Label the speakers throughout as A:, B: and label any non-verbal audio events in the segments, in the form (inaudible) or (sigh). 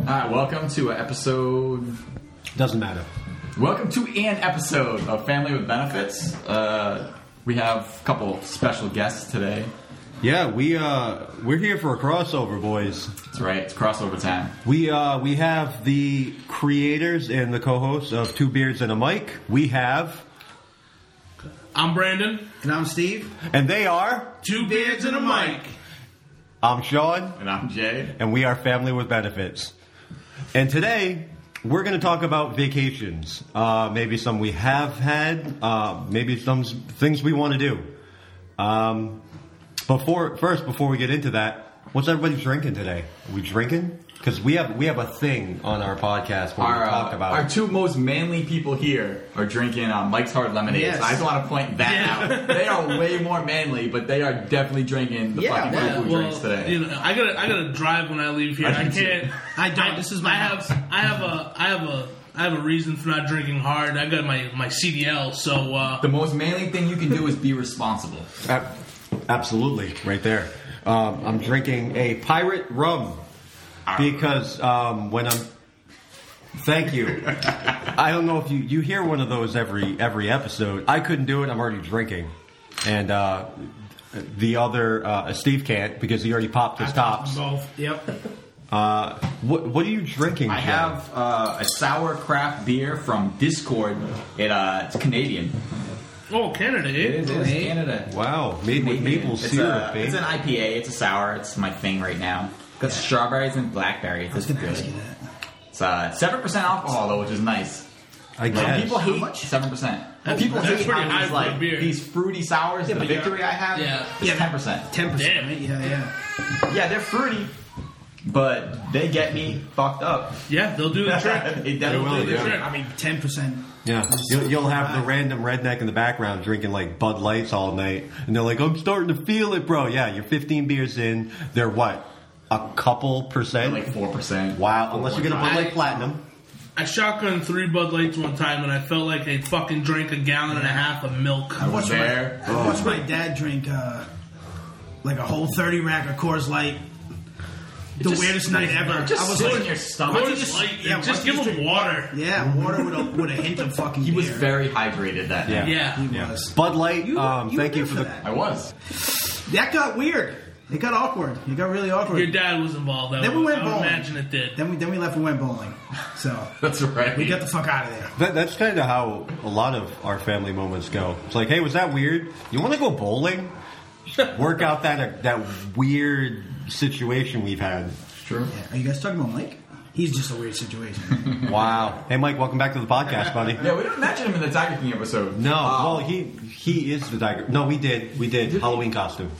A: All right, welcome to an episode.
B: Doesn't matter.
A: Welcome to an episode of Family with Benefits. Uh, we have a couple special guests today.
B: Yeah, we uh we're here for a crossover, boys.
A: That's right, it's crossover time.
B: We uh we have the creators and the co-hosts of Two Beards and a Mic. We have
C: I'm Brandon.
D: And I'm Steve.
B: and they are
C: Two beards and a mic.
B: I'm Sean
A: And I'm Jay.
B: and we are Family with Benefits. And today we're going to talk about vacations. Uh, maybe some we have had, uh, maybe some s- things we want to do. Um, before first, before we get into that, what's everybody drinking today? Are we drinking? Because we have we have a thing on our podcast where
A: Our,
B: we talk
A: uh,
B: about.
A: our two most manly people here are drinking uh, Mike's Hard Lemonade.
D: Yes.
A: So I just want to point that out. They are way more manly, but they are definitely drinking the
D: Yeah,
A: fucking
D: yeah,
A: poo-poo drinks today.
C: you know, I gotta I gotta drive when I leave here.
A: I
C: I,
A: do too.
C: can't.
D: I don't. This is my
C: I have I have a I have a I have a reason for not drinking hard. I got my my CDL, so uh,
A: the most manly thing you can do is be responsible.
B: Ab- Absolutely, right there. Um, I'm drinking a pirate rum because um, when I'm. Thank you. I don't know if you you hear one of those every every episode. I couldn't do it. I'm already drinking, and uh, the other uh, Steve can't because he already popped his tops.
C: Golf. Yep.
B: Uh, what what are you drinking?
A: I
B: Joe?
A: have uh, a sour craft beer from Discord. It uh, it's Canadian.
C: Oh, Canada, eh?
A: It is Canada.
B: wow made with maple
A: it's
B: syrup.
A: A,
B: eh?
A: it's an IPA. It's a sour. It's my thing right now. Got strawberries and blackberries. It's good. It's uh, seven percent alcohol though, which is nice.
B: I
A: Some
B: guess.
A: people hate
D: much?
A: seven percent.
C: That's-
A: People
C: that's
A: hate how
C: pretty high
A: these
C: for a
A: like
C: beer.
A: these fruity sours. the
C: but you're-
A: victory I have
C: yeah.
A: is
D: Yeah.
A: ten percent.
D: Ten
C: Damn.
D: percent. Right? Yeah, yeah.
A: Yeah, they're fruity, but they get me fucked up.
C: Yeah, they'll
A: (laughs)
C: do the trick.
A: They definitely
B: will,
A: do.
B: yeah.
C: Sure.
D: I mean, ten percent.
B: Yeah, you'll, you'll have the random redneck in the background drinking like Bud Lights all night, and they're like, "I'm starting to feel it, bro." Yeah, you're 15 beers in. They're what, a couple percent?
A: Like four percent.
B: wow, unless you get a Bud Light Platinum.
C: I shotgunned three Bud Lights one time, and I felt like I fucking drank a gallon and a half of milk.
A: I was there.
D: I
B: Oh.
D: watched my dad drink uh, like a whole thirty rack of Coors Light. The
A: just-
D: weirdest night ever.
A: just
D: I was
A: sit
D: like,
A: in your stomach.
D: why don't you
C: Just, like,
D: yeah,
C: just
D: why
C: give
D: don't you
C: them water.
D: drink- Yeah, water with a with a hint of fucking.
A: He was
D: beer.
A: very hydrated that night.
C: Yeah.
D: He
B: Yeah.
D: was.
B: Bud Light.
D: You were-
B: um,
D: you
B: thank
D: were
B: you
D: there
B: for the.
D: that.
A: I was. (laughs)
D: That got weird. It got awkward. It got really awkward.
C: Your dad was involved. I
D: Then we
C: would-
D: went
C: I would
D: bowling.
C: imagine it did.
D: Then we then we left and went bowling. So
A: That's right.
D: we got the fuck out of there.
B: That, that's kind of how a lot of our family moments go. It's like, hey, was that weird? You want to go bowling? Work out that that weird situation we've had.
A: true.
D: Yeah. Are you guys talking about Mike? He's just a weird situation.
B: (laughs) Wow. Hey, Mike, welcome back to the podcast, buddy.
A: Yeah, we didn't mention him in the Tiger King episode.
B: No,
A: Uh,
B: well, he he is the tiger. No, we did, we did Halloween costume.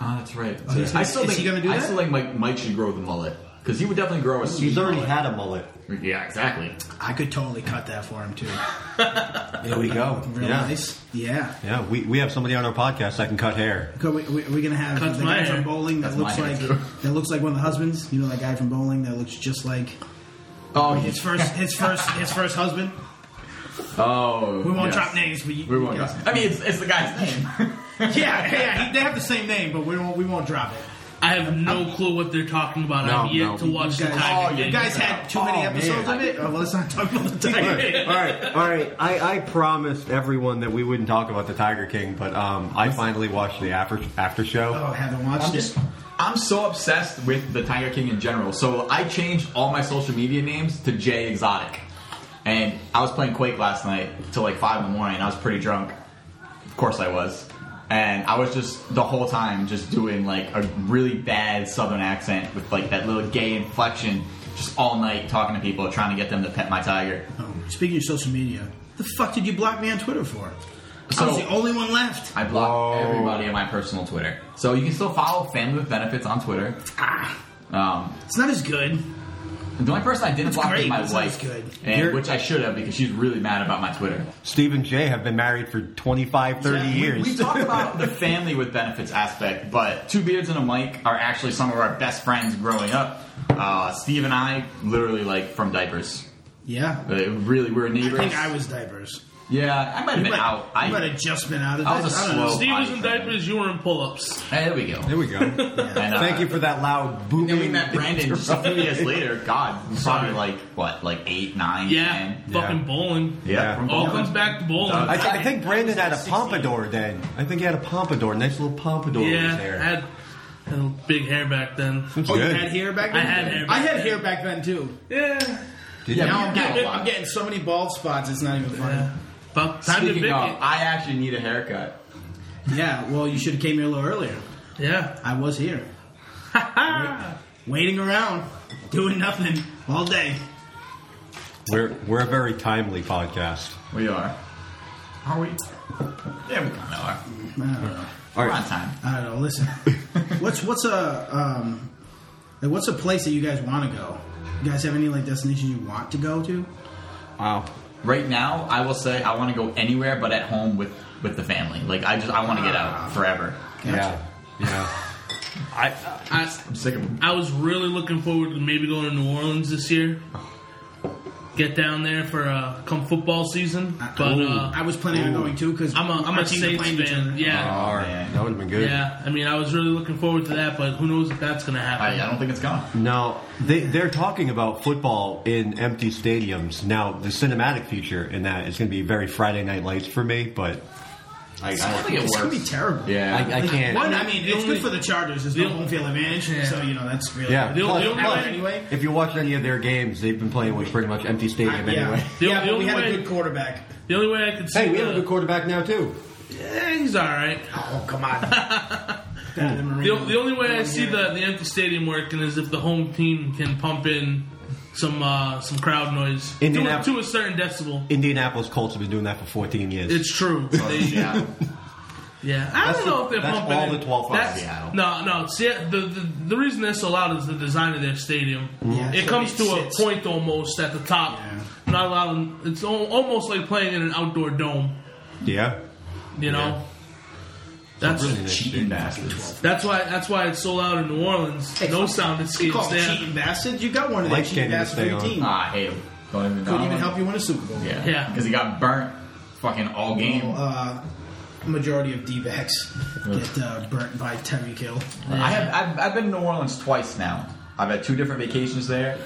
A: Ah, that's right.
D: Oh, he's-
A: I still
D: is
A: think
D: he gonna do
A: I
D: that?
A: still think Mike, Mike should grow the mullet because he would definitely grow a.
B: He's
A: He's
B: already had a mullet.
A: yeah, exactly.
D: I could totally cut that for him too.
B: There we go.
D: Real
B: yeah,
D: nice. Yeah.
B: yeah. We we have somebody on our podcast that can cut hair.
D: Are we, we, we gonna have
C: Cuts
D: the
C: my
D: guy
C: hair.
D: from bowling that
A: Cuts
D: looks
A: my
D: like
A: hair, too.
D: that looks like one of the husbands? You know that guy from bowling that looks just like
A: Oh,
D: his
A: he's
D: first his first his first husband.
A: oh.
D: We won't
A: yes.
D: drop names, but you,
A: We won't.
D: yeah.
A: drop- I mean, it's, it's the guy's name. (laughs)
D: Yeah, yeah, he- they have the same name, but we won't we won't drop it.
C: I have no clue what they're talking about.
B: No,
C: I've yet
B: no.
C: to watch
D: You
C: the
D: guys-
C: Tiger
A: oh,
C: King.
D: You guys had too many
B: Oh,
D: episodes
B: man.
D: of it. Oh, well, let's not talk about the
B: all
D: tiger.
B: right, all right. I, I promised everyone that we wouldn't talk about the Tiger King, but um, I finally watched the after after
D: Oh,
B: show.
D: I haven't watched
A: I'm
D: it.
A: just. I'm so obsessed with the Tiger King in general. So I changed all my social media names to Jay Exotic, and I was playing Quake last night till like five in the morning. I was pretty drunk. Of course I was. And I was just the whole time just doing like a really bad southern accent with like that little gay inflection just all night talking to people trying to get them to pet my tiger.
D: Oh, speaking of social media, the fuck did you block me on Twitter for? I
A: So-
D: was the only one left.
A: I blocked
B: Whoa.
A: everybody on my personal Twitter. So you can still follow Family with Benefits on Twitter.
D: Ah,
A: Um,
D: it's not as good.
A: the only person I didn't block was
D: great,
A: my
D: that
A: wife,
D: sounds good.
A: And,
B: You're-
A: which I should have because she's really mad about my Twitter.
B: Steve and Jay have been married for 25, 30
D: Yeah, we-
B: years.
A: We talk about the family with benefits aspect, but Two Beards and a Mic are actually some of our best friends growing up. Uh, Steve and I, literally, like, from diapers.
D: Yeah,
A: Uh, really, we're
D: I
A: neighbors.
D: think I was diverse.
A: Yeah, I might have been
D: might,
A: out. I,
D: you might have just been out of
A: I
D: this.
A: was a
D: I don't know.
A: slow-
D: Steve-
C: Steve was
A: I-
C: in diapers. You were in pull-ups.
A: Hey, there we go.
B: There we go.
A: And, uh,
B: (laughs) Thank you for that loud booming.
A: And we met
B: (laughs)
A: Brandon just a few years later. God, probably
C: Sorry.
A: like what, like eight, nine,
C: Yeah,
A: ten?
B: Yeah.
C: fucking bowling.
B: Yeah.
A: from
C: All
A: Brooklyn.
C: comes back to bowling.
A: Uh,
B: I, I think Brandon had a pompadour then. I think he had a pompadour. Nice little pompadour
C: yeah,
B: was
C: I
B: there.
C: had, had big hair back then.
B: Looks
D: Oh, you
B: good.
D: had hair
C: I
D: back then?
C: had hair
D: I
C: back
D: had hair back then, too.
C: Yeah.
B: Did
A: Yeah, but-
B: you?
D: Now I'm getting, I'm getting so many bald spots, it's not even funny.
C: yeah. Fuck, time to
A: Speaking
C: pick
A: of,
C: it.
A: I actually need a haircut.
D: Yeah, well, you should have came here a little earlier.
C: Yeah.
D: I was
A: (laughs)
D: here. Waiting around, doing nothing all day.
B: We're we're a very timely podcast.
A: We are. Are we? Yeah, we kind of are.
D: I don't know.
B: All
A: We're on
B: right.
A: time.
D: I don't
A: (laughs)
D: know. Listen, what's what's a um, like what's a place that you guys want to go? You guys have any like destination you want to go to?
B: Wow.
A: Right now, I will say I want to go anywhere but at home with with the family. Like I just I want to get out forever.
B: Yeah. Yeah. I
C: I,
A: I'm sick of
C: I was really looking forward to maybe going to New Orleans this year. Get down there for uh, come football season. But uh,
D: I was planning on going too because
C: I'm a I'm a Saints fan. Yeah,
B: all right.
A: man.
B: Oh, That would have been good.
C: yeah. I mean, I was really looking forward to that, but who knows if that's gonna
A: I, I
C: happen?
A: don't think it's gone.
B: Now they they're talking about football in empty stadiums. Now the cinematic feature in that is going to be very Friday Night Lights for me, but I,
A: I don't
B: I,
A: think it
D: It's gonna be
A: works.
D: terrible.
B: I,
A: Yeah.
B: I can't.
D: One, I mean,
C: The
D: it's
C: only-
D: good for the Chargers. It's
C: the
D: no
C: only-
D: home field advantage,
C: Yeah.
D: so you know that's really
B: Yeah.
C: The only-
B: Plus-
C: the only
B: plus,
C: way-
D: anyway.
B: If you watch any of their games, they've been playing with pretty much empty stadium
D: yeah.
B: anyway.
D: Yeah,
C: The- the
D: but we
C: only
D: had
C: way-
D: a good quarterback.
C: The only way I could see
B: Hey, we have a
C: the-
B: good quarterback now too.
C: Yeah, he's all right.
D: Oh come (laughs) on. Better than
C: The,
D: Marino.
C: the only way I
D: Yeah.
C: see the the empty stadium working is if the home team can pump in some uh, some crowd noise to,
B: Indianap-
C: a- to a certain decibel.
B: Indianapolis Colts have been doing that for 14 years.
C: It's true. They-
A: Yeah.
C: (laughs) Yeah, I
B: That's
C: don't
B: the-
C: know if they're
B: that's
C: pumping
B: all
C: in.
B: the 12
A: bucks
C: That's-
A: Seattle.
C: No, no. See, the, the the reason they're so loud is the design of their stadium.
D: Yeah,
C: it
D: so
C: comes
D: it
C: to a
D: sits.
C: point almost at the top.
D: Yeah.
C: Not allowed. It's al- almost like playing in an outdoor dome.
B: yeah,
C: You know. That's
B: really nice.
A: Cheating bastards.
C: that's why that's why it's so loud in New Orleans.
D: Hey,
C: no
D: fuck.
C: sound
D: You
C: escapes
D: call
C: there.
D: cheating bastards? You got one of them
B: Lights
D: cheating
B: can't even
D: bastards
B: stay
D: for your
B: on.
D: team.
A: Ah, I hate him. Don't even
D: Couldn't
A: know.
D: even help you win a Super Bowl.
A: Yeah.
C: Yeah.
A: Because he got burnt fucking all game.
D: uh, majority of D-backs get uh, burnt by Terry Kill.
A: I have, I've, I've been to New Orleans twice now. I've had two different vacations there.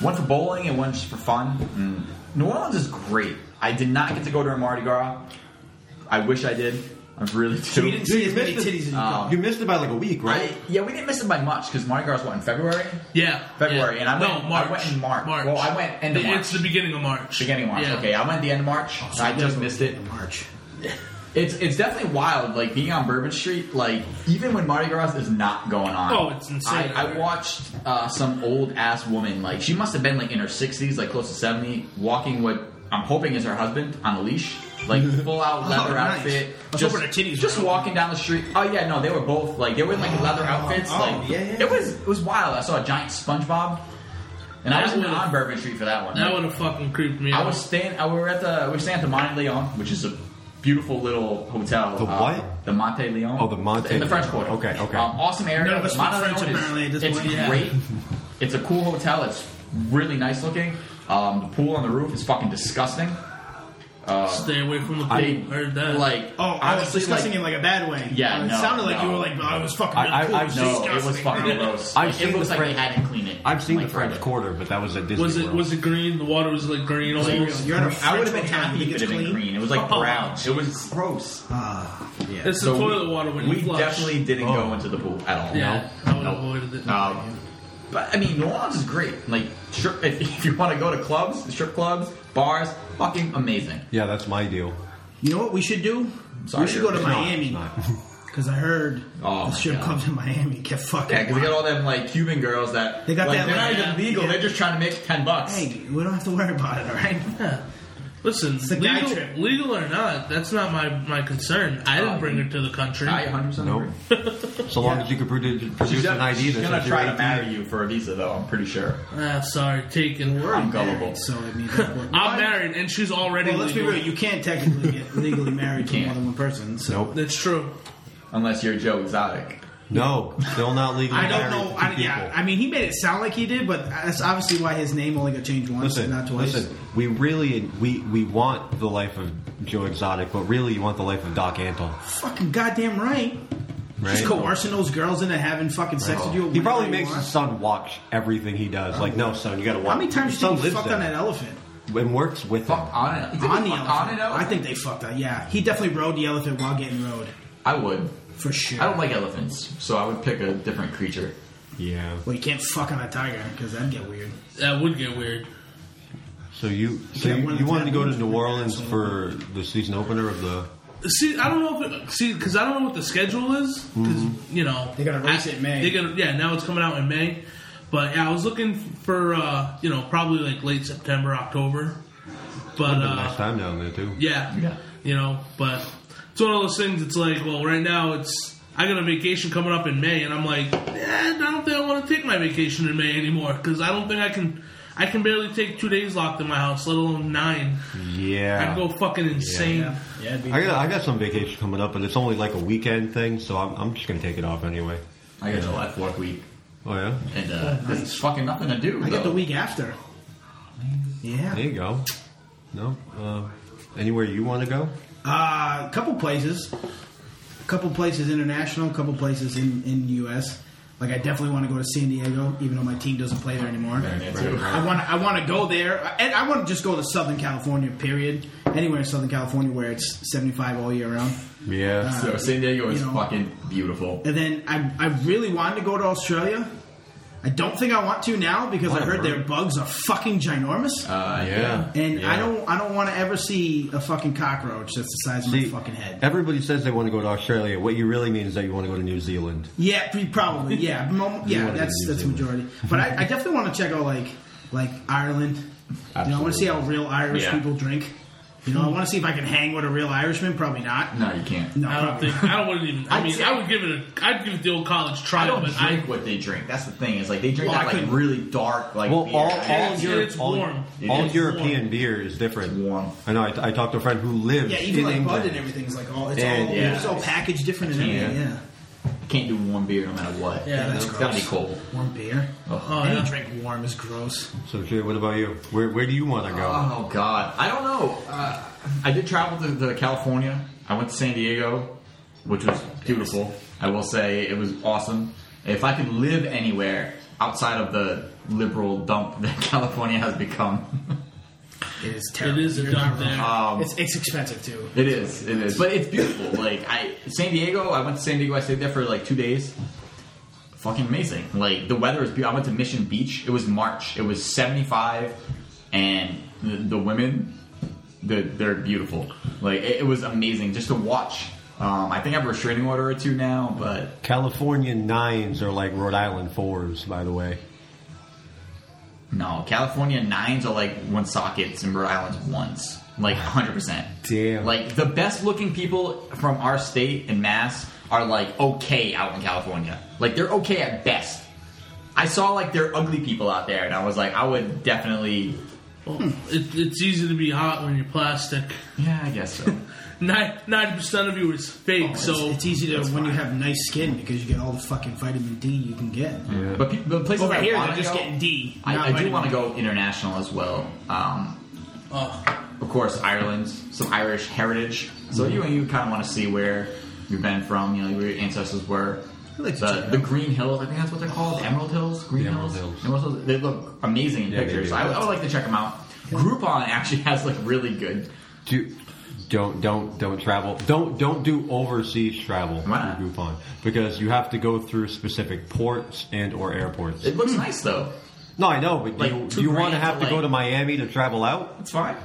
A: One for bowling and one just for fun. New Orleans is great. I did not get to go to a Mardi Gras. I wish I did. I really do.
D: You didn't see as many titties as you
A: Um,
D: thought.
B: you missed it by like a week, right?
A: I, yeah, we didn't miss it by much because Mardi Gras what in February,
C: Yeah,
A: February,
C: yeah.
A: and I went- I
C: No, March.
A: went in Mar- well, I went end of
C: It-
A: March.
C: It's the beginning of March.
A: beginning of March.
C: Yeah.
A: Okay, I went the end of March. so I just missed it.
D: In March.
A: It's it's definitely wild, like being on Bourbon Street, like even when Mardi Gras is not going on.
C: Oh, it's insane.
A: I, I watched uh, some old ass woman, like she must have been like in her sixties, like close to seventy, walking what I'm hoping is her husband on a leash,
D: (laughs)
A: like full out leather
D: Oh, nice.
A: outfit,
D: I was
A: just
D: hoping her titties were
A: just
D: out.
A: walking down the street. Oh yeah, no, they were both like they were in like leather outfits.
D: oh,
A: like
D: yeah, yeah.
A: it was it was wild. I saw a giant SpongeBob, and I was
C: That would've-
A: on Bourbon Street for that one.
C: That would have fucking creeped me
A: I
C: out.
A: was staying. I, we were at the. We were staying at the Monte Leon, which is a beautiful little hotel.
B: The
A: Uh,
B: what?
A: the Monte Leon.
B: Oh, the Monte
A: in the French
B: Leon.
A: Quarter.
B: Okay, okay.
A: Um, awesome area.
D: None of us
A: The Monte
D: speak French,
A: Leon is-
D: apparently, at this
A: it's
D: point. Yeah.
A: great. It's a cool hotel. It's really nice looking. Um, the pool on the roof is fucking disgusting.
C: Stay away from the pool.
A: They-
C: Heard that.
A: Like,
D: Oh, I was
A: honestly,
D: discussing
A: like,
D: in like a bad way.
A: Yeah,
D: Uh, it
A: no,
D: sounded like
A: no.
D: you were like, oh, it was fucking.
B: I- I-
D: really cool.
B: I-
D: was
B: no,
A: No, it was
D: disgusting, (laughs)
A: fucking
D: bro.
A: gross.
B: I've
A: Like,
B: seen
A: it looks
B: the
A: like
B: French-
A: they hadn't cleaned it.
B: I've seen
A: like,
B: the French
A: forever.
B: Quarter, but that was at Disney
C: was it
B: World.
C: was it green? The water was like green. all over.
D: You're in a French
A: I would have been
D: hotel,
A: happy
D: you
A: if it
D: get
A: had been
D: clean.
A: green. It was like
C: Oh.
A: brown. It was gross.
D: Uh,
C: It's the toilet water when
A: we
C: you flush.
A: definitely didn't
B: Oh.
A: go into the pool at all.
C: yeah. I would have avoided it.
A: Um, but I mean, New Orleans is great. Like, strip, (laughs) if, if you want to go to clubs, strip clubs, bars, fucking amazing.
B: yeah, that's my deal.
D: You know what we should do?
A: Sorry,
D: we should go to
A: it's
B: not,
D: Miami
B: it's not.
D: because I heard
A: Oh,
D: the
A: my
D: strip
A: God.
D: clubs in Miami get fucking.
A: Yeah, because they got
D: wild.
A: all them like Cuban girls that
D: They got
A: like,
D: that,
A: They're
D: like,
A: not even
D: yeah,
A: legal.
D: yeah.
A: They're just trying to make ten bucks.
D: Hey, we don't have to worry about it, all right?
C: Yeah. Listen,
D: the guy
C: legal,
D: trip.
C: legal or not, that's not my, my concern. I didn't
A: Oh,
C: bring
A: you-
C: her to the country.
A: I 100 percent
B: Nope.
A: agree.
B: So long as you can produce,
A: She's,
B: produce an
A: gonna-
B: ID
A: she's
B: that
A: gonna
B: says
A: try
B: you're
A: to marry you for a visa, though. I'm pretty sure.
C: Ah, sorry, taken.
A: I'm gullible.
D: Married, so I mean, that's what-
C: I'm married, and she's already.
D: Well, let's be
C: legal.
D: real. You
A: (laughs)
D: can't technically get legally married to
A: can't.
D: more than one person. So
B: Nope.
C: That's true.
A: Unless you're Joe Exotic.
B: No, still not legally.
D: I
B: married
D: don't know.
B: to
D: I,
B: people.
D: yeah, I mean, he made it sound like he did, but that's obviously why his name only got changed once,
B: Listen,
D: not twice.
B: listen. We really we we want the life of Joe Exotic, but really you want the life of Doc Antle,
D: Fucking goddamn right.
B: right?
D: Just coercing those girls into having fucking sex with you.
B: He
D: whenever
B: probably
D: you
B: makes
D: want.
B: his son watch everything he does. Like, no, son, you got to watch.
D: How many times
B: Your
D: did he
B: lives
D: fuck
B: there
D: on that elephant?
B: and works with him.
A: Fuck on it. You think
D: On the
A: he
D: elephant.
A: fucked on it though?
D: I think they fucked on. Yeah, he definitely rode the elephant while getting rode
A: I would.
D: for sure.
A: I don't like elephants, so I would pick a different creature.
B: Yeah.
D: Well, you can't fuck on a tiger because that'd get weird.
C: That would get weird.
B: So you so
D: Yeah,
B: you,
D: one of
B: you
D: the
B: wanted to go to
D: tattoos
B: New
D: from
B: Orleans
D: that
B: for the season opener of the
C: See, I don't know if it, see because I don't know what the schedule is because you know
D: They're gonna release
C: I-
D: it in May.
C: They're gonna yeah now it's coming out in May, but yeah I was looking for uh, you know probably like late September October, but
B: the
C: uh,
B: last time down there too.
C: yeah,
A: Yeah.
C: you know but it's one of those things. It's like well right now it's I got a vacation coming up in May and I'm like eh, I don't think I want to take my vacation in May anymore because I don't think I can I can barely take two days locked in my house let alone nine.
B: Yeah.
C: I'd go fucking insane.
D: Yeah, yeah. It'd be
B: I got I got some vacation coming up, but it's only like a weekend thing, so I'm I'm just gonna take it off anyway.
A: I got July Fourth week,
B: Oh yeah.
A: and uh, there's fucking nothing to do.
D: I
A: though.
D: get the week after. Yeah.
B: There you go. No. Uh, anywhere you want to go?
D: Uh, a couple places, a couple places international, a couple places in in U.S. Like I definitely want to go to San Diego, even though my team doesn't play there anymore.
A: Right, right, right.
D: I want I want to go there, and I want to just go to Southern California. Period. Anywhere in Southern California where it's seventy five all year round.
B: Yeah.
A: So San Diego is
D: You know.
A: fucking beautiful.
D: And then I I really wanted to go to Australia. I don't think I want to now because I heard their bugs are fucking ginormous.
A: Uh,
B: yeah.
D: and
B: Yeah.
D: I don't, I don't want to ever see a fucking cockroach that's the size of
B: See,
D: my fucking head.
B: Everybody says they want to go to Australia. What you really mean is that you want to go to New Zealand.
D: Yeah, pre- probably. Yeah, Mo-
B: You
D: yeah.
B: wanna
D: That's
B: do New
D: that's
B: Zealand.
D: majority. But I, I definitely want to check out like like Ireland. You know, I want to see how real Irish
A: Yeah.
D: people drink. You know, I want to see if I can hang with a real Irishman. Probably not.
A: No, you can't.
D: No,
C: I don't
D: probably
C: think I don't wouldn't even. I
D: I'd
C: mean,
D: say-
C: I would give it a. I'd give it the old college
A: I
C: trial,
A: don't
C: but
A: drink
C: I.
A: what they drink. That's the thing. Is like they drink
D: Well, I
A: that like
D: couldn't-
A: really dark like
B: Well,
A: beer.
B: all,
A: Yeah.
B: all,
C: it's-
B: Europe,
C: it's
B: all,
C: warm.
B: all
C: It's
B: European
C: warm.
B: beer is different.
A: Warm.
B: I know. I, I talked to a friend who lives
D: Yeah,
B: in
D: even like
B: England.
D: Bud and everything is like all it's
B: And-
D: all
A: yeah.
D: it's all packaged different and
A: Yeah.
D: everything. Yeah,
A: Can't do warm beer no matter what.
C: Yeah,
D: that's
A: it's gotta be
D: gross.
A: cold.
D: warm beer.
C: Oh,
D: Any
C: yeah.
D: drink warm is gross.
B: So, Jay, what about you? Where Where do you want to go?
A: Oh God, I don't know. Uh, I did travel to, to California. I went to San Diego, which was beautiful. I will say it was awesome. If I could live anywhere outside of the liberal dump (laughs) that California has become,
D: It is
C: It
D: terrible.
C: is a
D: You're not
C: dump
D: wrong.
C: there.
D: It's it's expensive too.
A: it is, it is. But it's beautiful. Like I, San Diego. I went to San Diego. I stayed there for like two days. Fucking amazing. Like the weather is beautiful. I went to Mission Beach. It was March. It was seventy five, and the, the women they're, they're beautiful. Like it, it was amazing just to watch. Um, I think I have a restraining order or two now, but
B: California nines are like Rhode Island fours, by the way.
A: no, California nines are like one sockets and Rhode Island's ones, like hundred percent.
B: Damn.
A: Like the best looking people from our state and Mass are like okay out in California. Like they're okay at best. I saw like they're ugly people out there, and I was like, I would definitely.
C: Hmm. It, it's easy to be hot when you're plastic.
A: Yeah, I guess so.
C: Ninety percent of you is fake, so
D: So Oh, it's easy to when you have nice skin because you get all the fucking vitamin D you can get.
A: But pe- but places
D: Over
A: I
D: here,
A: wanna
D: they're just
A: go-
D: getting D. not
A: I, I do
D: vitamin
A: want to
D: D.
A: go international as well. Um,
C: oh,
A: of course, Ireland, some Irish heritage. So you you kind of want to see where you've been from, you know, where your ancestors were.
D: I'd like to check
A: the,
D: it
A: the
D: out.
A: Green Hills, I think that's what they're called, the Emerald Hills, Green
B: The Emerald
A: Hills?
B: Hills.
A: Emerald Hills. They look amazing in
B: Yeah, they
A: pictures.
B: do.
A: I, I would like to check them out. Groupon actually has like really good.
B: Do, don't don't don't travel. Don't don't do overseas travel.
A: Why not?
B: through Groupon because you have to go through specific ports and or airports.
A: It
D: Hmm.
A: looks nice though.
B: no, I know, but
A: Like
B: you,
A: two
B: you want to
A: grand
B: have
A: to
B: to go
A: like-
B: to Miami to travel out,
A: It's fine.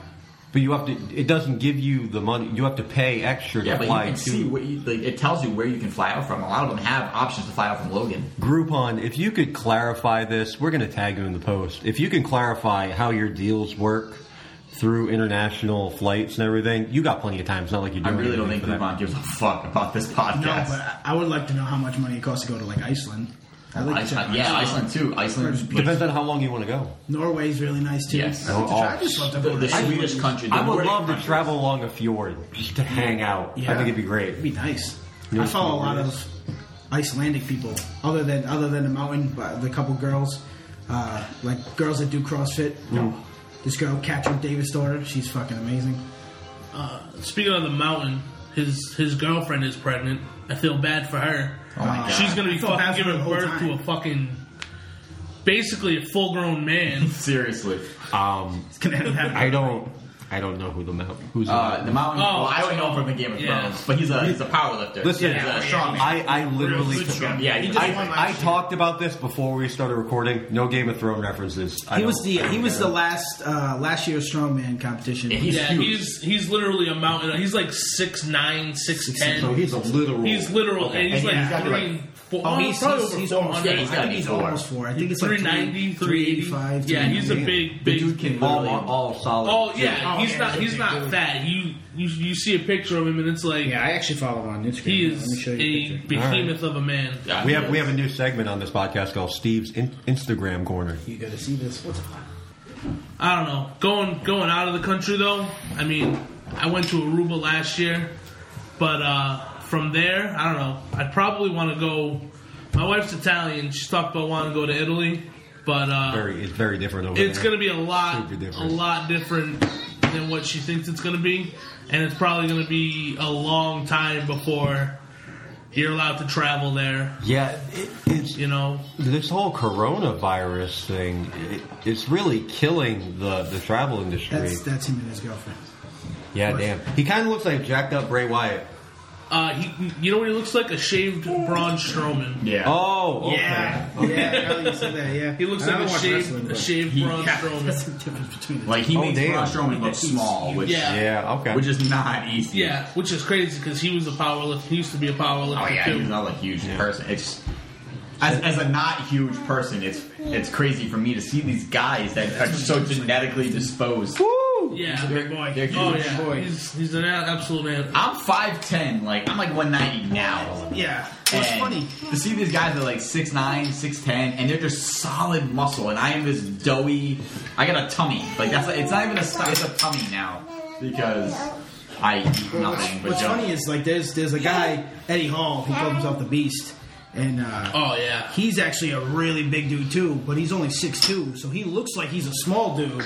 B: but you have to. It doesn't give you the money. You have to pay extra
A: Yeah,
B: to
A: but you
B: fly
A: can
B: to
A: see what you, like, it tells you where you can fly out from. A lot of them have options to fly out from Logan.
B: Groupon. If you could clarify this, we're going to tag you in the post. If you can clarify how your deals work through international flights and everything, you got plenty of time. It's not like you're
A: I
B: doing.
A: really don't
B: anything
A: think
B: for that.
A: Groupon gives a fuck about this
D: No,
A: podcast.
D: but I- I would like to know how much money it costs to go to like Iceland. I like to check
A: Iceland, yeah, Iceland too. Iceland,
B: Depends on how long you want to go.
D: Norway's really nice too.
A: Yes.
D: I, like to
B: Oh,
D: try- I just love to
A: the,
D: go
A: the
D: to Iceland.
A: Swedish country. the
B: I would
A: Nordic
B: love to
A: countries.
B: travel along a fjord just to hang out. I think it'd be great.
D: It'd be nice.
B: You know
D: I follow a
B: what
D: lot
B: it
D: of
B: is?
D: Icelandic people, other than other than the mountain, but the couple girls, uh, like girls that do CrossFit. This girl, Katrin Davis' daughter, she's fucking amazing. e-
C: Speaking of the mountain, his his girlfriend is pregnant. I feel bad for her.
A: Oh my God.
C: She's gonna be
D: I felt bad
C: fucking
D: for her
C: giving
D: the whole
C: birth to a
D: time.
C: fucking, basically a full grown
D: (laughs)
C: man.
A: Seriously.
B: Um,
D: It's gonna end up happening.
B: I don't. I don't know who the mount. Who's the
A: Uh, the mountain.
C: Oh.
A: well, I only know him from the Game of
C: Yeah.
A: Thrones, but he's a he's a powerlifter.
B: Listen,
A: he's
B: yeah,
A: a strongman.
B: I, I literally.
C: Good shot.
A: yeah, he just won
B: I, I talked about this before we started recording. No Game of Thrones references. I
D: He was
B: don't-
D: the
B: I don't
D: he was
B: care.
D: the last uh, last year's strongman competition.
A: Yeah, he's
C: yeah,
A: huge.
C: he's he's literally a mountain. He's like six nine, six
B: So
C: ten.
B: he's a literal.
C: He's literal, and he's
A: And
C: like
A: he's gotta be
C: three,
A: like-
C: four.
D: oh, he's,
C: probably
D: he's,
C: over
D: he's almost
C: 400.
D: yeah,
A: he's
D: I
A: gotta
D: think
A: be
D: he's
A: four.
D: almost four. I think it's like
C: 390,
D: 385.
C: 385. Yeah, he's a
D: 390.
C: big,
A: the
C: big.
A: dude can
B: all,
A: literally-
B: all solid.
C: oh yeah,
D: Yeah.
C: he's
D: Oh, yeah,
C: not.
D: he's a
C: He's
D: big
C: not
D: dude.
C: fat. You, you you see a picture of him, and it's like
D: Yeah, I actually follow him on Instagram.
C: he
D: Let me
C: is
D: show you a
C: a
D: picture.
C: behemoth of a man.
A: Yeah,
B: we
A: he
B: have we
A: is.
B: have a new segment on this podcast called Steve's in- Instagram Corner.
D: You gotta see this. What's
C: I don't know. Going going out of the country though. I mean, I went to Aruba last year, but uh, from there, I don't know. I'd probably want to go. My wife's Italian. She's talked about wanting to go to Italy, but uh,
B: Very it's very different over
C: it's
B: there.
C: going to be a lot,
B: Super
C: a
B: different.
C: lot different than what she thinks it's going to be, and it's probably going to be a long time before you're allowed to travel there.
B: yeah. It, it's,
C: You know,
B: this whole coronavirus thing. It, it's really killing the the travel industry.
D: That's that's him and his girlfriend.
B: yeah, damn. He kind of looks like jacked up Bray Wyatt.
C: uh, he, you know what he looks like? A shaved Braun Strowman.
A: Yeah.
B: Oh, okay.
D: Yeah, (laughs) yeah, I know you said that. Yeah,
C: He looks
D: I
C: like
D: don't
C: a
D: watch wrestling,
C: shaved, a
D: but-
C: shaved Braun
D: Yeah, that's
C: Strowman.
D: the difference between the
A: Like he
B: Oh,
A: makes
B: damn.
A: Braun Strowman look small, which
C: Yeah.
B: Yeah, okay.
A: which is not easy.
C: Yeah, which is crazy because he was a powerlifter. He used to be a powerlifter
A: Oh yeah,
C: too.
A: he's not a huge
B: Yeah.
A: person. It's as, as a not huge person, it's it's crazy for me to see these guys that are so genetically disposed.
C: yeah,
A: They're- they're
C: Oh
A: huge
C: yeah,
A: boys.
C: he's he's an absolute man.
A: I'm five ten, like I'm like one ninety now.
D: yeah, well, it's
A: And
D: funny.
A: to see these guys that are like 6'9", 6'10", and they're just solid muscle, and I am this doughy. I got a tummy, like that's it's not even a stomach, it's a tummy now because I eat
D: Well, what's,
A: nothing but
D: what's
A: junk.
D: funny is like there's there's a guy Eddie Hall who calls himself the Beast, and uh,
C: Oh yeah,
D: he's actually a really big dude too. But he's only 6'2", so he looks like he's a small dude.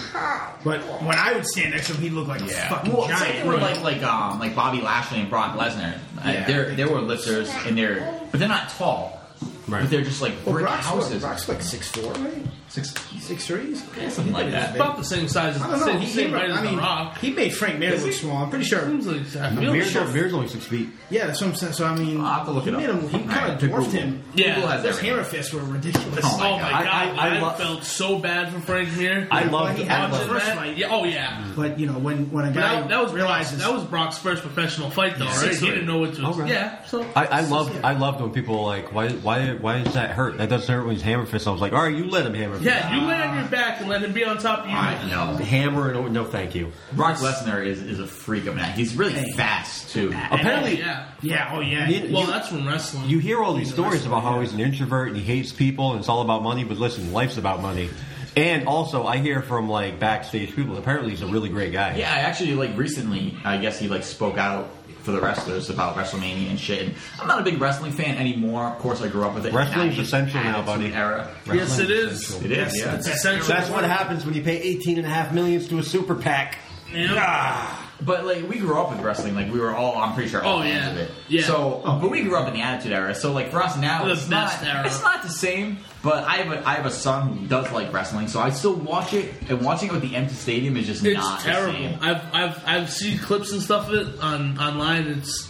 D: But when I would stand next to him, he'd look like a fucking
A: well,
D: giant.
A: same with like like um like Bobby Lashley and Brock Lesnar. Uh,
D: Yeah.
A: they're they were lifters and they're but they're not tall.
B: Right.
A: But they're just like brick houses.
D: like six four, right?
A: Six,
D: Six threes,
A: yeah, something like that.
C: about the same size as the
D: I don't know.
C: same,
D: He,
C: same
D: he,
C: height as
D: I
C: the
D: mean,
C: Rock.
D: he made Frank Mir
C: Is
D: look
C: he?
D: small. I'm pretty sure.
C: Seems like that.
B: No,
C: Really
B: Beard's,
C: short.
B: Beard's only six feet.
D: Yeah, that's what I'm saying. So I mean,
A: I'll have to look
D: he
A: it up.
D: made him. He
A: Alright,
D: kind of
A: pick
D: dwarfed
A: Google.
D: him.
C: Yeah.
A: Google has
D: His
A: everything.
D: hammer fists were ridiculous.
A: Oh, my
C: Oh my
A: God.
C: god,
B: I- I- I
C: I
B: love-
C: felt so bad for Frank Mir.
B: I love.
D: he
B: I
D: had
B: love
D: the first
C: That-
D: fight.
C: Yeah, oh yeah.
D: But you know, when when a
C: But
D: guy
C: that, that was
D: realizes
C: Brock's, that was Brock's first professional fight though, right?
A: Six
C: He
A: three.
C: didn't know what to.
B: Okay.
C: Yeah, so
B: I, I love I loved when people were like why why why does that hurt that doesn't hurt when he's hammer fist I was like all right you let him hammer fist
C: yeah, you lay on your back and let him be on top of you.
A: I know.
B: hammer and no thank you
A: Brock Lesnar is, is a freak of that. He's really fast too.
B: apparently
C: yeah.
D: yeah, oh yeah.
B: You-
C: Well, that's from wrestling.
B: you hear all these stories about how he's an introvert and he hates people and it's all about money but listen life's about money and also I hear from like backstage people apparently he's a really great guy
A: Oh, Yeah, I actually like recently. I guess he like spoke out for the wrestlers about WrestleMania and shit. And I'm not a big wrestling fan anymore. Of course, I grew up with it.
B: Wrestling's
A: 90s
B: essential now,
A: attitude
B: buddy.
A: Era.
C: yes,
B: Wrestling's
C: it is.
B: essential.
A: It is. Yeah.
D: that's-
C: It's essential.
B: that's what happens when you pay 18 and a half millions to a super PAC
C: Yeah.
A: Ah, But like we grew up with wrestling, like we were all I'm pretty sure all
C: Oh,
A: fans
C: yeah.
A: of it.
C: Yeah.
A: So but we grew up in the attitude era, so like for us now
C: The
A: it's
C: best
A: not
C: era.
A: it's not the same, but I have a I have a son who does like wrestling, so I still watch it and watching it with the empty stadium is just
C: It's
A: not the
C: terrible.
A: same.
C: I've I've I've seen clips and stuff of it on online. It's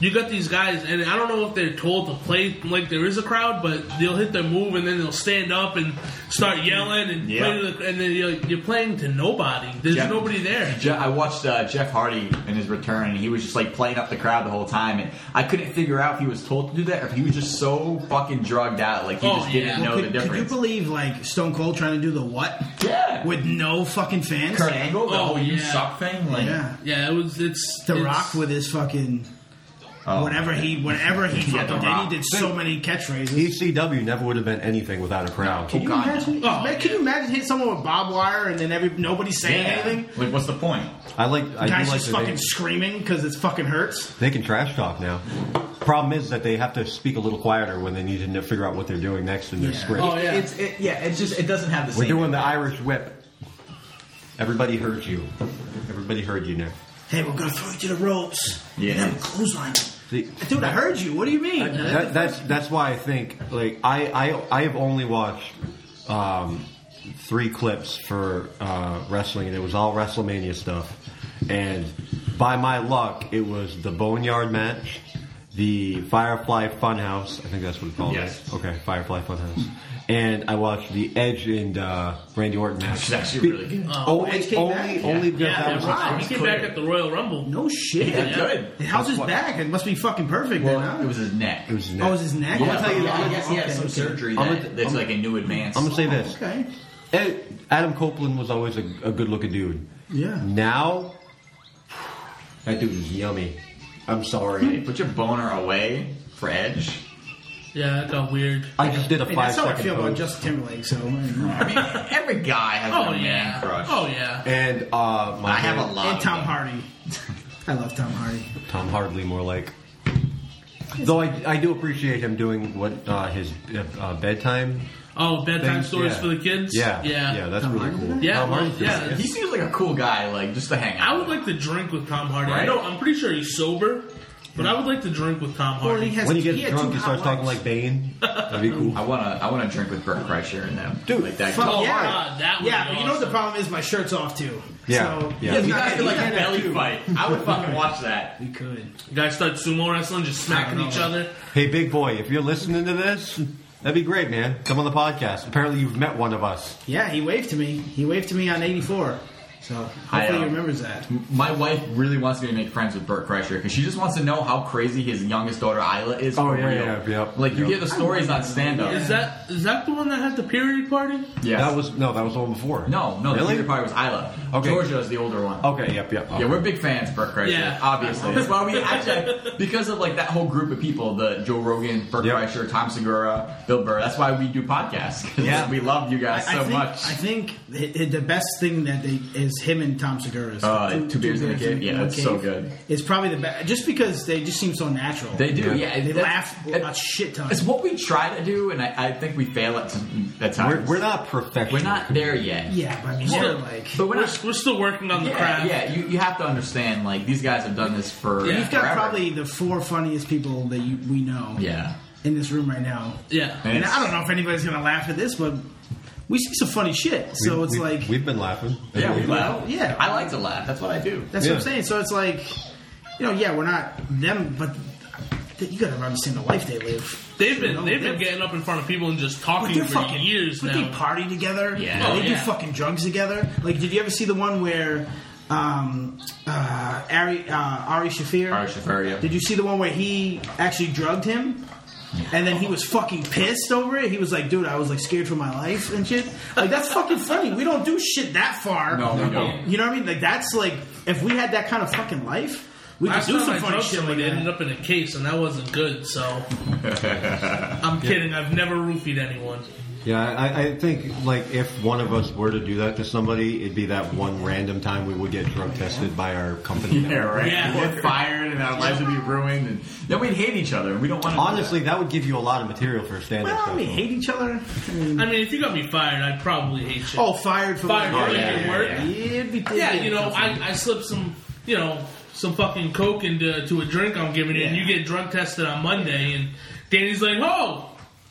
C: you got these guys, and I don't know if they're told to play like there is a crowd, but they'll hit their move and then they'll stand up and start yelling and
A: Mm-hmm. Yeah.
C: play to the, and then you're, you're playing to nobody. There's
A: Yeah.
C: nobody there.
A: Je- I watched uh, Jeff Hardy in his return, and he was just like playing up the crowd the whole time, and I couldn't figure out if he was told to do that or if he was just so fucking drugged out, like he
C: Oh,
A: just didn't
C: yeah.
A: know
D: could,
A: the
D: could you
A: difference.
D: believe like Stone Cold trying to do the what
A: yeah, with
D: with no fucking fans?
A: Kurt Angle, the
C: Oh,
A: whole "you
C: yeah.
A: suck" thing, like
D: Yeah,
C: Yeah, it was it's
D: The
C: it's-
D: Rock with his fucking
A: oh.
D: Whatever he, whatever he
A: had
D: fucking
A: the
D: did,
A: rock.
D: he did so many catchphrases.
B: ECW never would have been anything without a crowd.
D: Can you
A: God.
D: imagine?
C: Oh,
D: man, can you imagine hit someone with barbed wire and then every nobody's saying anything?
A: Like, what's the point?
B: I like. I
D: Guys
B: do like
D: just
B: that
D: fucking
B: they,
D: screaming because it fucking hurts.
B: they can trash talk now. Problem is that they have to speak a little quieter when they need to kn- figure out what they're doing next in their
D: Yeah.
B: script.
C: Oh, yeah.
A: It's it, yeah. It's just it doesn't have the
B: We're
A: same.
B: doing the Irish whip. Everybody heard you. Everybody heard you now.
D: Hey, we're gonna throw you to the ropes.
A: Yeah.
D: And then clothesline.
B: See,
D: Dude, I heard you. What do you mean?
B: that, that's that's why I think like I I I have only watched um, three clips for uh, wrestling, and it was all WrestleMania stuff. And by my luck, it was the Boneyard match, the Firefly Funhouse. I think that's what it's called.
A: Yes.
B: right? Okay, Firefly Funhouse. And I watched the Edge and uh, Randy Orton match.
A: (laughs) It's actually really good.
B: Oh,
D: Edge
B: it's
D: came
B: only,
D: back?
B: only because
C: yeah,
B: that
C: that
B: was
C: Rock, he came
A: clear.
C: back at the Royal Rumble.
D: no shit.
A: Yeah, good.
D: How's his back? It must be fucking perfect.
A: Well,
D: man, huh?
A: it was his neck.
B: it was
D: Oh, it was his neck.
A: I'm gonna tell you.
D: Yeah,
A: I guess he had
D: okay,
A: some
D: okay.
A: surgery
B: I'm
A: that,
B: gonna-
A: that's
B: I'm-
A: like a new advance.
B: I'm gonna say this.
D: Okay.
B: Ed, Adam Copeland was always a, a good looking dude.
D: Yeah.
B: Now, that dude is yummy. I'm
D: Hmm.
B: sorry.
A: Put your boner away for Edge.
C: Yeah, that got weird.
B: I just did a
D: Hey,
B: five
D: that's how I
B: second
D: feel about
B: pose.
D: Justin Timberlake. So. I mean,
A: I mean, every guy has
C: Oh
A: a man
C: yeah.
A: crush.
C: Oh yeah.
B: and uh, my
A: I have (laughs)
B: man,
A: a lot.
D: and
A: of
D: Tom
A: them.
D: Hardy. I love Tom Hardy.
B: Tom Hardley more like. Though I, I do appreciate him doing what uh, his uh, bedtime
C: Oh, bedtime
B: things-
C: stories
B: yeah.
C: for the kids.
B: Yeah,
C: Yeah.
B: yeah, that's
D: Tom
B: really
D: Hardy?
B: cool.
C: Yeah,
B: Tom Hardy's
C: yeah.
B: doing it.
A: He seems like a cool guy, like just to hang out.
C: I would like to drink with Tom Hardy. I
A: Right.
C: know I'm pretty sure he's sober, but I would like to drink with Tom
D: Well,
C: Hardy.
D: he has-
B: when he
D: he
B: gets
D: had
B: drunk,
D: two
B: he starts
D: hot
B: talking
D: wives.
B: like Bane.
D: (laughs)
B: That'd be cool.
A: I wanna, I wanna drink with Burt Kreischer and them,
B: Dude,
A: Like that.
D: Fuck
A: guy.
C: Oh,
D: yeah.
C: God, that would
D: yeah,
C: be
D: but you know what the
C: awesome.
D: problem is? My shirt's off too.
B: Yeah,
D: So,
B: yeah.
D: he's
A: You
D: not-
A: guys
D: he
A: like
D: can't
A: a
D: have
A: belly
D: two.
A: fight. I would fucking watch that.
D: We could.
C: Guys start sumo wrestling, just smacking
D: I don't
C: each
D: know.
C: other.
B: Hey, big boy, if you're listening to this, that'd be great, man. Come on the podcast. Apparently, you've met one of us.
D: Yeah, he waved to me. He waved to me on '84. So hopefully
A: I, uh,
D: he remembers that.
A: My wife really wants me to make friends with Burt Kreischer because she just wants to know how crazy his youngest daughter Isla is.
B: Oh,
A: for
B: yeah,
A: real.
B: yeah, yep,
A: Like you
B: yep.
A: hear the stories on stand up.
C: Is that is that the one that had the period party?
A: Yes.
B: That was no, that was the one before.
A: no, no.
B: really?
A: The bigger part was Isla.
B: Okay.
A: Georgia is the older one.
B: Okay, yep, yep.
A: Yeah, we're big fans of Burt Kreischer.
C: Yeah.
A: Obviously, that's
D: (laughs)
A: why we actually because of like that whole group of people, the Joe Rogan, Burt
B: Yep.
A: Kreischer, Tom Segura, Bill Burr. That's why we do podcasts. 'cause
B: Yeah.
A: we love you guys
D: I
A: so
D: think,
A: much.
D: I think it, it- the best thing that they is him and Tom Segura's.
A: Uh, Two Beers in a Cave? Yeah,
D: a
A: that's so good.
D: It's probably the best, just because they just seem so natural.
A: they do.
B: Yeah.
A: Yeah,
D: They
A: that's-
D: laugh a shit ton.
A: It's what we try to do, and I, I think we fail at, at times.
B: We're, we're not professional.
A: We're not there yet.
D: Yeah, but I mean,
C: Well,
D: they're like
A: But we're
C: We're,
A: not.
C: we're still working on the
A: Yeah,
C: craft.
A: yeah you, you have to understand, like, these guys have done this for.
C: Yeah.
D: you've got
A: forever.
D: probably the four funniest people that you, we know.
A: Yeah.
D: in this room right now.
C: Yeah.
A: Man.
D: And
A: It's-
D: I don't know if anybody's gonna laugh at this, but we see some funny shit. So
B: We-
D: it's
B: we-
D: like
B: we've been laughing.
A: Yeah, we
B: Everybody-
A: laugh.
D: yeah.
A: I like to laugh. That's what I do.
D: that's what I'm
B: Yeah.
D: saying. So it's like, you know, yeah, we're not them, but th- you gotta understand the life they live.
C: They've been
D: No,
C: they've been
D: they're-
C: getting up in front of people and just
D: But
C: talking
D: they're
C: for
D: fucking
C: years
D: But
C: now.
D: they party together.
A: Yeah.
D: They
C: Oh,
D: do
C: yeah.
D: fucking drugs together. Like, did you ever see the one where um, uh, Ari uh, Ari Shafir?
A: Ari Shaffir, yeah.
D: Did you see the one where he actually drugged him? And then he was fucking pissed over it. He was like, "Dude, I was like scared for my life and shit." Like that's fucking funny. We don't do shit that far.
A: No, we don't.
D: You know what I mean? Like that's like if we had that kind of fucking life, we could
C: Last
D: do
C: time
D: some
C: I
D: funny
C: drugged
D: shit like
C: someone, it ended
D: that.
C: up in a case, and that wasn't good. So
D: (laughs)
C: I'm kidding. I've never roofied anyone.
B: Yeah, I, I think like if one of us were to do that to somebody, it'd be that one random time we would get drug tested by our company.
A: Yeah, right.
C: Yeah.
A: We'd get fired, and our lives would be ruined, and then we'd hate each other. We don't want to.
B: Honestly, that would give you a lot of material for a stand-up.
D: Well, we
B: special.
D: hate each other. I mean,
C: I mean, if you got me fired, I'd probably hate you.
D: oh, fired for
C: Fired
D: like,
C: for
A: making work?
D: Yeah, it'd be- it'd
C: yeah,
D: be
C: you know,
D: tough.
C: I, I slip some, you know, some fucking coke into to a drink I'm giving you, and
D: Yeah.
C: you get drug tested on Monday, and Danny's like, "Oh,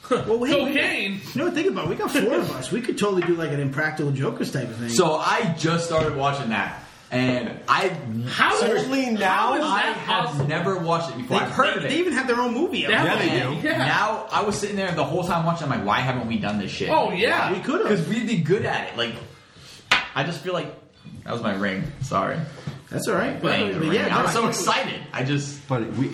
D: Well, wait, wait.
C: cocaine."
D: You know, what, think about. it. We got four of us. We could totally do like an impractical jokers type of thing.
A: So I just started watching that, and I
C: How
B: Seriously, now
C: How is
A: I
C: that
A: have
C: possible?
A: never watched it before.
D: they,
A: I've heard of
D: they,
A: it.
D: they even have their own movie. out.
C: Yeah.
B: yeah, they
A: And
B: do.
C: Yeah.
A: Now I was sitting there the whole time watching. I'm like, why haven't we done this shit?
C: Oh yeah,
D: we could
A: because
D: have.
A: we'd be good at it. Like, I just feel like that was my ring. Sorry,
D: That's all right. But,
A: Bang, the
D: but
A: ring.
D: yeah,
A: I
D: no,
A: was so
D: think-
A: excited. I just,
B: But we,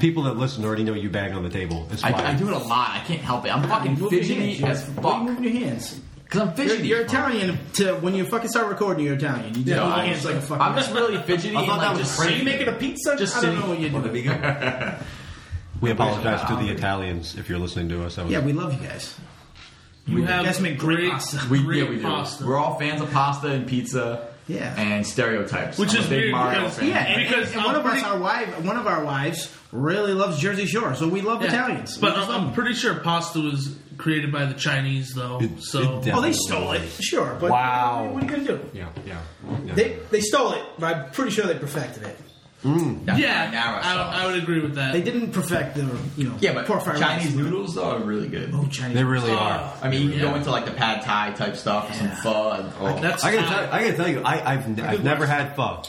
B: people that listen already know you bang on the table. It's
A: I,
B: fine.
A: I do it a lot. I can't help it. I'm fucking
D: Move your
A: fidgety
D: hands,
A: as
D: Why you
A: fuck.
D: moving your hands?
A: Because I'm
D: You're,
A: fidgety.
D: you're Italian to when you fucking start recording, you're Italian. You just
A: Yeah,
D: move your
A: I-
D: hands like a fucking.
A: I'm just really fidgety.
B: I thought
A: and,
B: that
A: like,
B: was
A: just
B: crazy.
A: sitting-
D: making a pizza.
A: Just
D: I don't
A: sitting-
D: know what you're doing.
B: We apologize to the Italians if you're listening to us. That was-
D: Yeah, we love you guys.
C: You have
D: guys make great pasta.
A: We,
C: great
A: yeah, we do.
C: pasta.
A: We're all fans of pasta and pizza.
D: Yeah.
A: And stereotypes.
C: Which
A: I'm
C: is
A: a big
C: weird
A: Mario
C: because-
A: fan.
D: Yeah, and-
C: Because
D: and,
C: I'm
D: one of
C: pretty-
D: us, our wife, one of our wives, really loves Jersey Shore, so we love
C: Yeah.
D: Italians. We
C: But I'm,
D: just
A: um,
D: love
C: I'm
D: 'em.
C: pretty sure pasta was created by the Chinese, though.
B: It-
C: so
B: it def-
D: oh, they stole it, sure. But
B: Wow.
D: what are you gonna do?
B: yeah, yeah. yeah.
D: They they stole it, but I'm pretty sure they perfected it.
A: That's
C: yeah,
A: my narrow sauce.
C: I, I would agree with that.
D: They didn't perfect the you know
A: yeah, but
D: pork fried rice.
A: Chinese noodles though, are really good.
D: Oh, Chinese.
B: They really
C: Oh.
B: are.
A: I mean, you can
C: Yeah.
A: go into like the pad thai type stuff, or some pho. And, oh.
C: That's
B: I gotta,
C: how-
B: tell, I gotta tell you, I, I've, I've never had pho,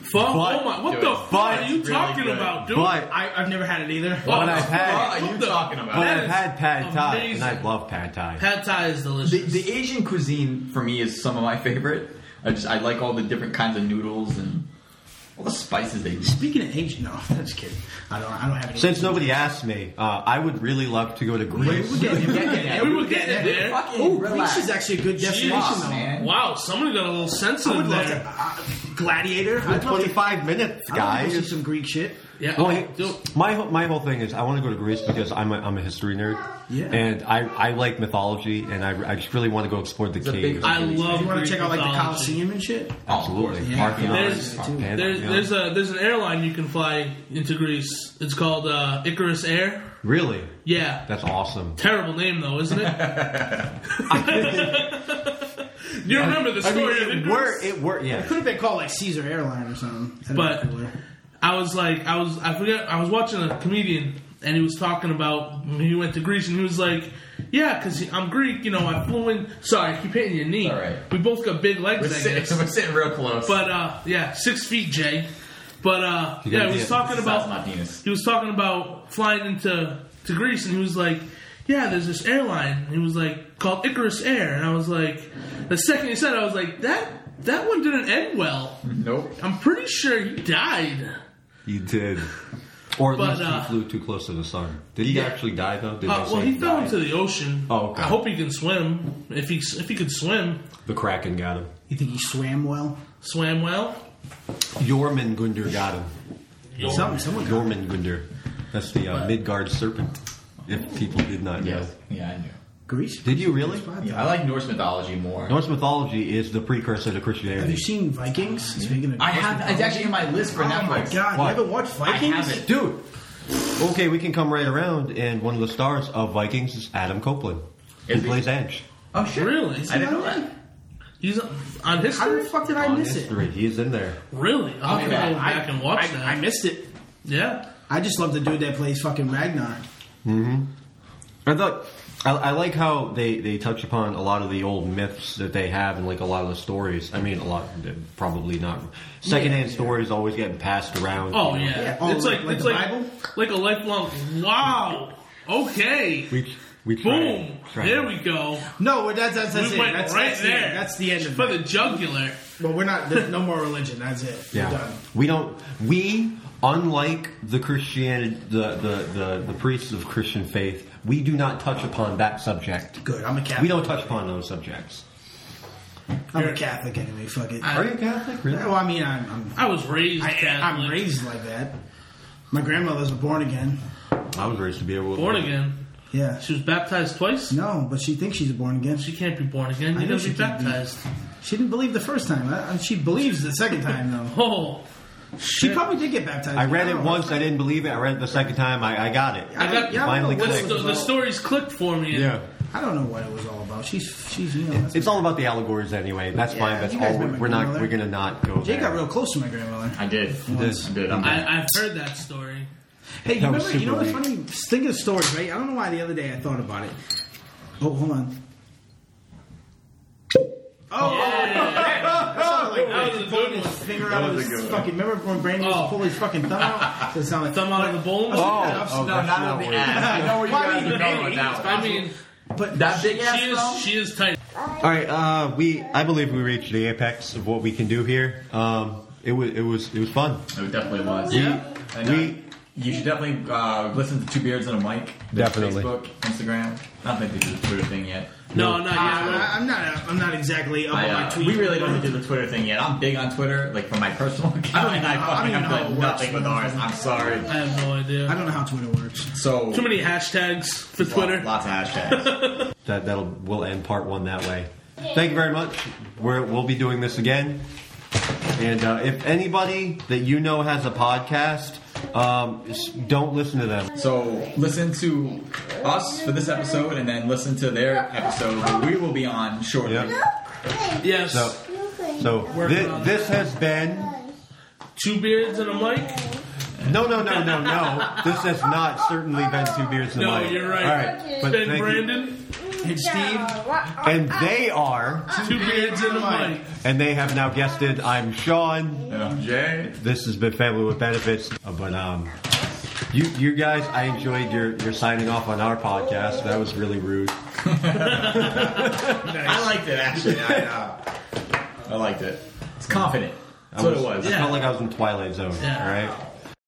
C: Fuck,
B: But-
C: oh my, what
A: Dude,
C: the fuck
B: but-
C: are you
A: really
C: talking
A: good.
C: about, dude?
B: but
D: I, I've never had it either.
C: Oh,
B: But I've had-
A: What are
C: what
A: you
C: the-
A: talking about?
B: but
C: that
B: I've
C: is
B: had pad thai, and
C: amazing.
B: I love pad thai.
C: Pad Thai is delicious.
A: The, the Asian cuisine for me is some of my favorite. I just I like all the different kinds of noodles and all the spices they use.
D: Speaking of Asian, no, (laughs) I'm just kidding. I don't. I don't have any.
B: Since nobody asked me, uh, I would really love to go to Greece.
D: we're getting there.
C: we were getting there.
A: Fucking
D: Ooh,
A: relax.
D: Greece is actually a good destination,
A: Jeez,
D: though.
A: man.
C: wow, somebody got a little
D: I
C: sensitive
D: would love to.
C: there.
D: Uh, Gladiator. I'd love to.
B: Twenty-five minutes,
D: I'd love to see
B: guys.
D: some Greek shit.
C: Yeah,
B: Well,
C: oh,
B: he-
C: dude,
B: my whole- my whole thing is I want to go to Greece because I'm a, I'm a history nerd,
D: Yeah.
B: and I, I like mythology, and I, I just really want to go explore the
A: a big-
B: caves.
C: I love.
D: You want to check out like the
C: Coliseum?
D: Coliseum and shit?
B: Absolutely,
D: Yeah.
B: Parthenon,
C: There's-
B: Parthenon,
C: There's,
B: yeah.
C: there's a there's an airline you can fly into Greece. It's called uh, Icarus Air.
B: really
C: Yeah,
B: that's awesome.
C: Terrible name though, isn't it? (laughs) you remember the
B: I mean,
C: story of
B: it
C: Icarus?
B: were it were yeah.
D: Could have been called like Caesar Airline or something. I don't
C: But-
D: know where.
C: I was like, I was, I forget, I was watching a comedian and he was talking about when he went to Greece and he was like, yeah, because I'm Greek, you know, I flew in. Sorry, I keep hitting your knee.
A: It's all right.
C: We both got big legs,
A: We're
C: I
A: sitting,
C: guess.
A: we're sitting real close.
C: But uh, yeah, six feet, Jay. But uh,
B: gotta
C: yeah, he
B: be
C: was
B: a-
C: talking
A: That's
C: about
A: my penis.
C: he was talking about flying into to Greece, and he was like, "Yeah, there's this airline." He was like, "Called Icarus Air," and I was like, the second he said, it, I was like, "That that one didn't end well."
A: Nope.
C: I'm pretty sure he died. Uh,
B: He did. Or at
C: But,
B: least
C: uh,
B: he flew too close to the sun. Did he
C: yeah.
B: actually die though? Did
C: Uh,
B: they
C: well,
B: say
C: he fell
B: died?
C: into the ocean.
B: Oh, okay.
C: I hope he can swim. If he if he could swim,
B: The Kraken got him.
D: You think he swam well?
C: swam well.
B: Jormungandr got him.
D: Something, someone got him.
B: Jormungandr. That's the uh, Midgard serpent. If people did not know.
A: Yes. Yeah, I knew.
D: Greece.
B: Did you really?
A: Yeah, I like Norse mythology more.
B: Norse mythology is the precursor to
D: Have
B: Christianity.
D: you seen Vikings? Speaking of,
A: I have. It's actually in my list for
D: Oh my
A: Netflix.
D: god!
B: Why?
D: You haven't watched
A: I
D: Vikings?
A: have it.
B: Dude. Okay, we can come right around, and one of the stars of Vikings is Adam Copeland,
A: Is
B: who
A: he?
B: plays Edge.
A: Oh shit!
C: Really?
A: I didn't know that.
C: He's on
D: How
C: history.
D: the fuck did I
B: On
D: miss it?
B: history, he is in there.
C: Really? I'll have to
A: Okay.
C: go back and watch
D: I,
C: that.
D: I missed it.
C: yeah.
D: I just love the dude that plays fucking Ragnar.
B: I thought I, I like how they they touch upon a lot of the old myths that they have and like a lot of the stories. I mean, a lot probably not secondhand stories always getting passed around.
C: Oh
B: you know.
C: yeah.
D: Yeah. Oh,
C: it's like,
D: like
C: it's
D: the
C: like
D: Bible?
C: like a lifelong. Wow. Okay.
B: we we tried it.
C: Boom.
B: Tried it.
C: there we go.
D: No, well, that's that's, that's
C: we
D: it.
C: went
D: That's,
C: right
D: that's the
C: there.
D: end. That's the end of
C: for the
D: it.
C: jugular.
D: Well, we're not. There's no more religion. That's it. We're
B: Yeah,
D: done.
B: we don't. We unlike the Christianity, the, the the the priests of Christian faith, we do not touch upon that subject.
D: Good. I'm a Catholic.
B: We don't touch upon those subjects.
D: I'm a Catholic anyway. Fuck it.
C: I-
B: Are you Catholic? Really?
D: well, I mean, I'm I'm,
C: I was raised
D: I,
C: Catholic.
D: I'm raised like that. My grandmother's a born again.
B: I was raised to be able
C: born again.
D: Yeah.
C: She was baptized twice.
D: No, but she thinks she's a born again. She,
C: She can't be born again.
D: I
C: You
D: know
C: gotta
D: she
C: be
D: can't be.
C: baptized.
D: she didn't believe the first time. I, I- she believes the second time
C: (laughs)
D: though.
C: Oh,
D: She probably did get baptized.
B: I read
D: don't
B: it
D: know.
B: once. I didn't believe it. I read it the second time. I, I got it.
D: I
C: got-
D: don't- yeah, I
B: Finally
D: don't know what
B: clicked.
D: it
C: the,
D: was
C: the
D: about.
C: stories clicked for me.
D: I don't know what it was all about. She's she's you know. that's-
B: It's all about the allegories anyway. That's
D: Yeah,
B: fine. That's
D: you guys
B: all.
D: met
B: We're,
D: my
B: we're not.
D: grandmother.
B: We're gonna not go
D: Jay
B: there.
D: got real close to my grandmother.
A: I did.
D: Once.
A: I did. I'm back.
C: I, I've heard that story.
D: Hey, you
B: That was
D: remember? You know
B: super
D: what's
B: late.
D: funny? Thinking of stories, right? I don't know why the other day I thought about it. Oh, hold on. Oh, that sounded
A: Oh,
D: like
C: That was a good one.
D: finger
A: That
D: out of
A: was a
D: his
A: good one.
D: fucking. Remember when Brandon used
C: Oh.
D: to pull his fucking
A: (laughs)
D: thumb out? Does it sound like
C: Thumb out of the bowl.
B: Oh, oh,
A: no,
B: that's
A: not on
B: where
A: the
B: it is.
A: ass. (laughs) I know where you
D: Why
A: guys
D: do you
A: are going with
D: hate
A: that one.
C: (laughs) I mean,
D: But
A: that big
C: she is
A: ass
C: she is tight.
B: All right, uh, we. I believe we reached the apex of what we can do here. Um, it was. It was. It was fun.
A: though. It definitely was.
C: Yeah.
A: And,
B: We-
A: uh, you should definitely uh, listen to Two Beards and a Mic. There's
B: Definitely.
A: Facebook, Instagram. I don't think they do the Twitter thing yet.
C: No, not
D: I,
C: yet.
D: I'm not. I'm not exactly up
A: I,
D: on my
A: uh,
D: tweets.
A: we really don't do the Twitter thing yet. I'm big on Twitter, like for my personal (laughs) account.
D: I don't even
A: and I
D: know- I don't
A: fucking have done
D: even know how it works.
A: nothing with ours. I'm sorry.
C: I have no idea.
D: I don't know how Twitter works.
A: So
C: Too many hashtags for Twitter.
A: Lots of hashtags.
B: That that'll we'll end part one that way. Thank you very much. We're, we'll be doing this again. And uh, if anybody that you know has a podcast, um, s- don't listen to them.
A: so listen to us for this episode, and then listen to their episode. who We will be on shortly.
B: Yeah.
C: Yes.
B: So so
C: Working
B: thi-
C: on
B: this has been
C: Two beards and a mic.
B: no no no no no. This has not certainly been two beers in
C: No,
B: life.
C: you're right.
B: All right,
C: It's
B: but
C: been
B: thank you.
C: Brandon.
D: And Steve,
B: And they are,
C: Two beards and a mic.
B: and they have now guested. I'm Sean.
A: Yeah. Jay.
B: This has been Family with Benefits, uh, but um, you you guys, I enjoyed your your signing off on our podcast. That was really rude.
A: I liked it actually. I, uh, I liked it. It's confident. That's what it was.
B: I felt like I was in Twilight Zone.
C: Yeah.
B: All right.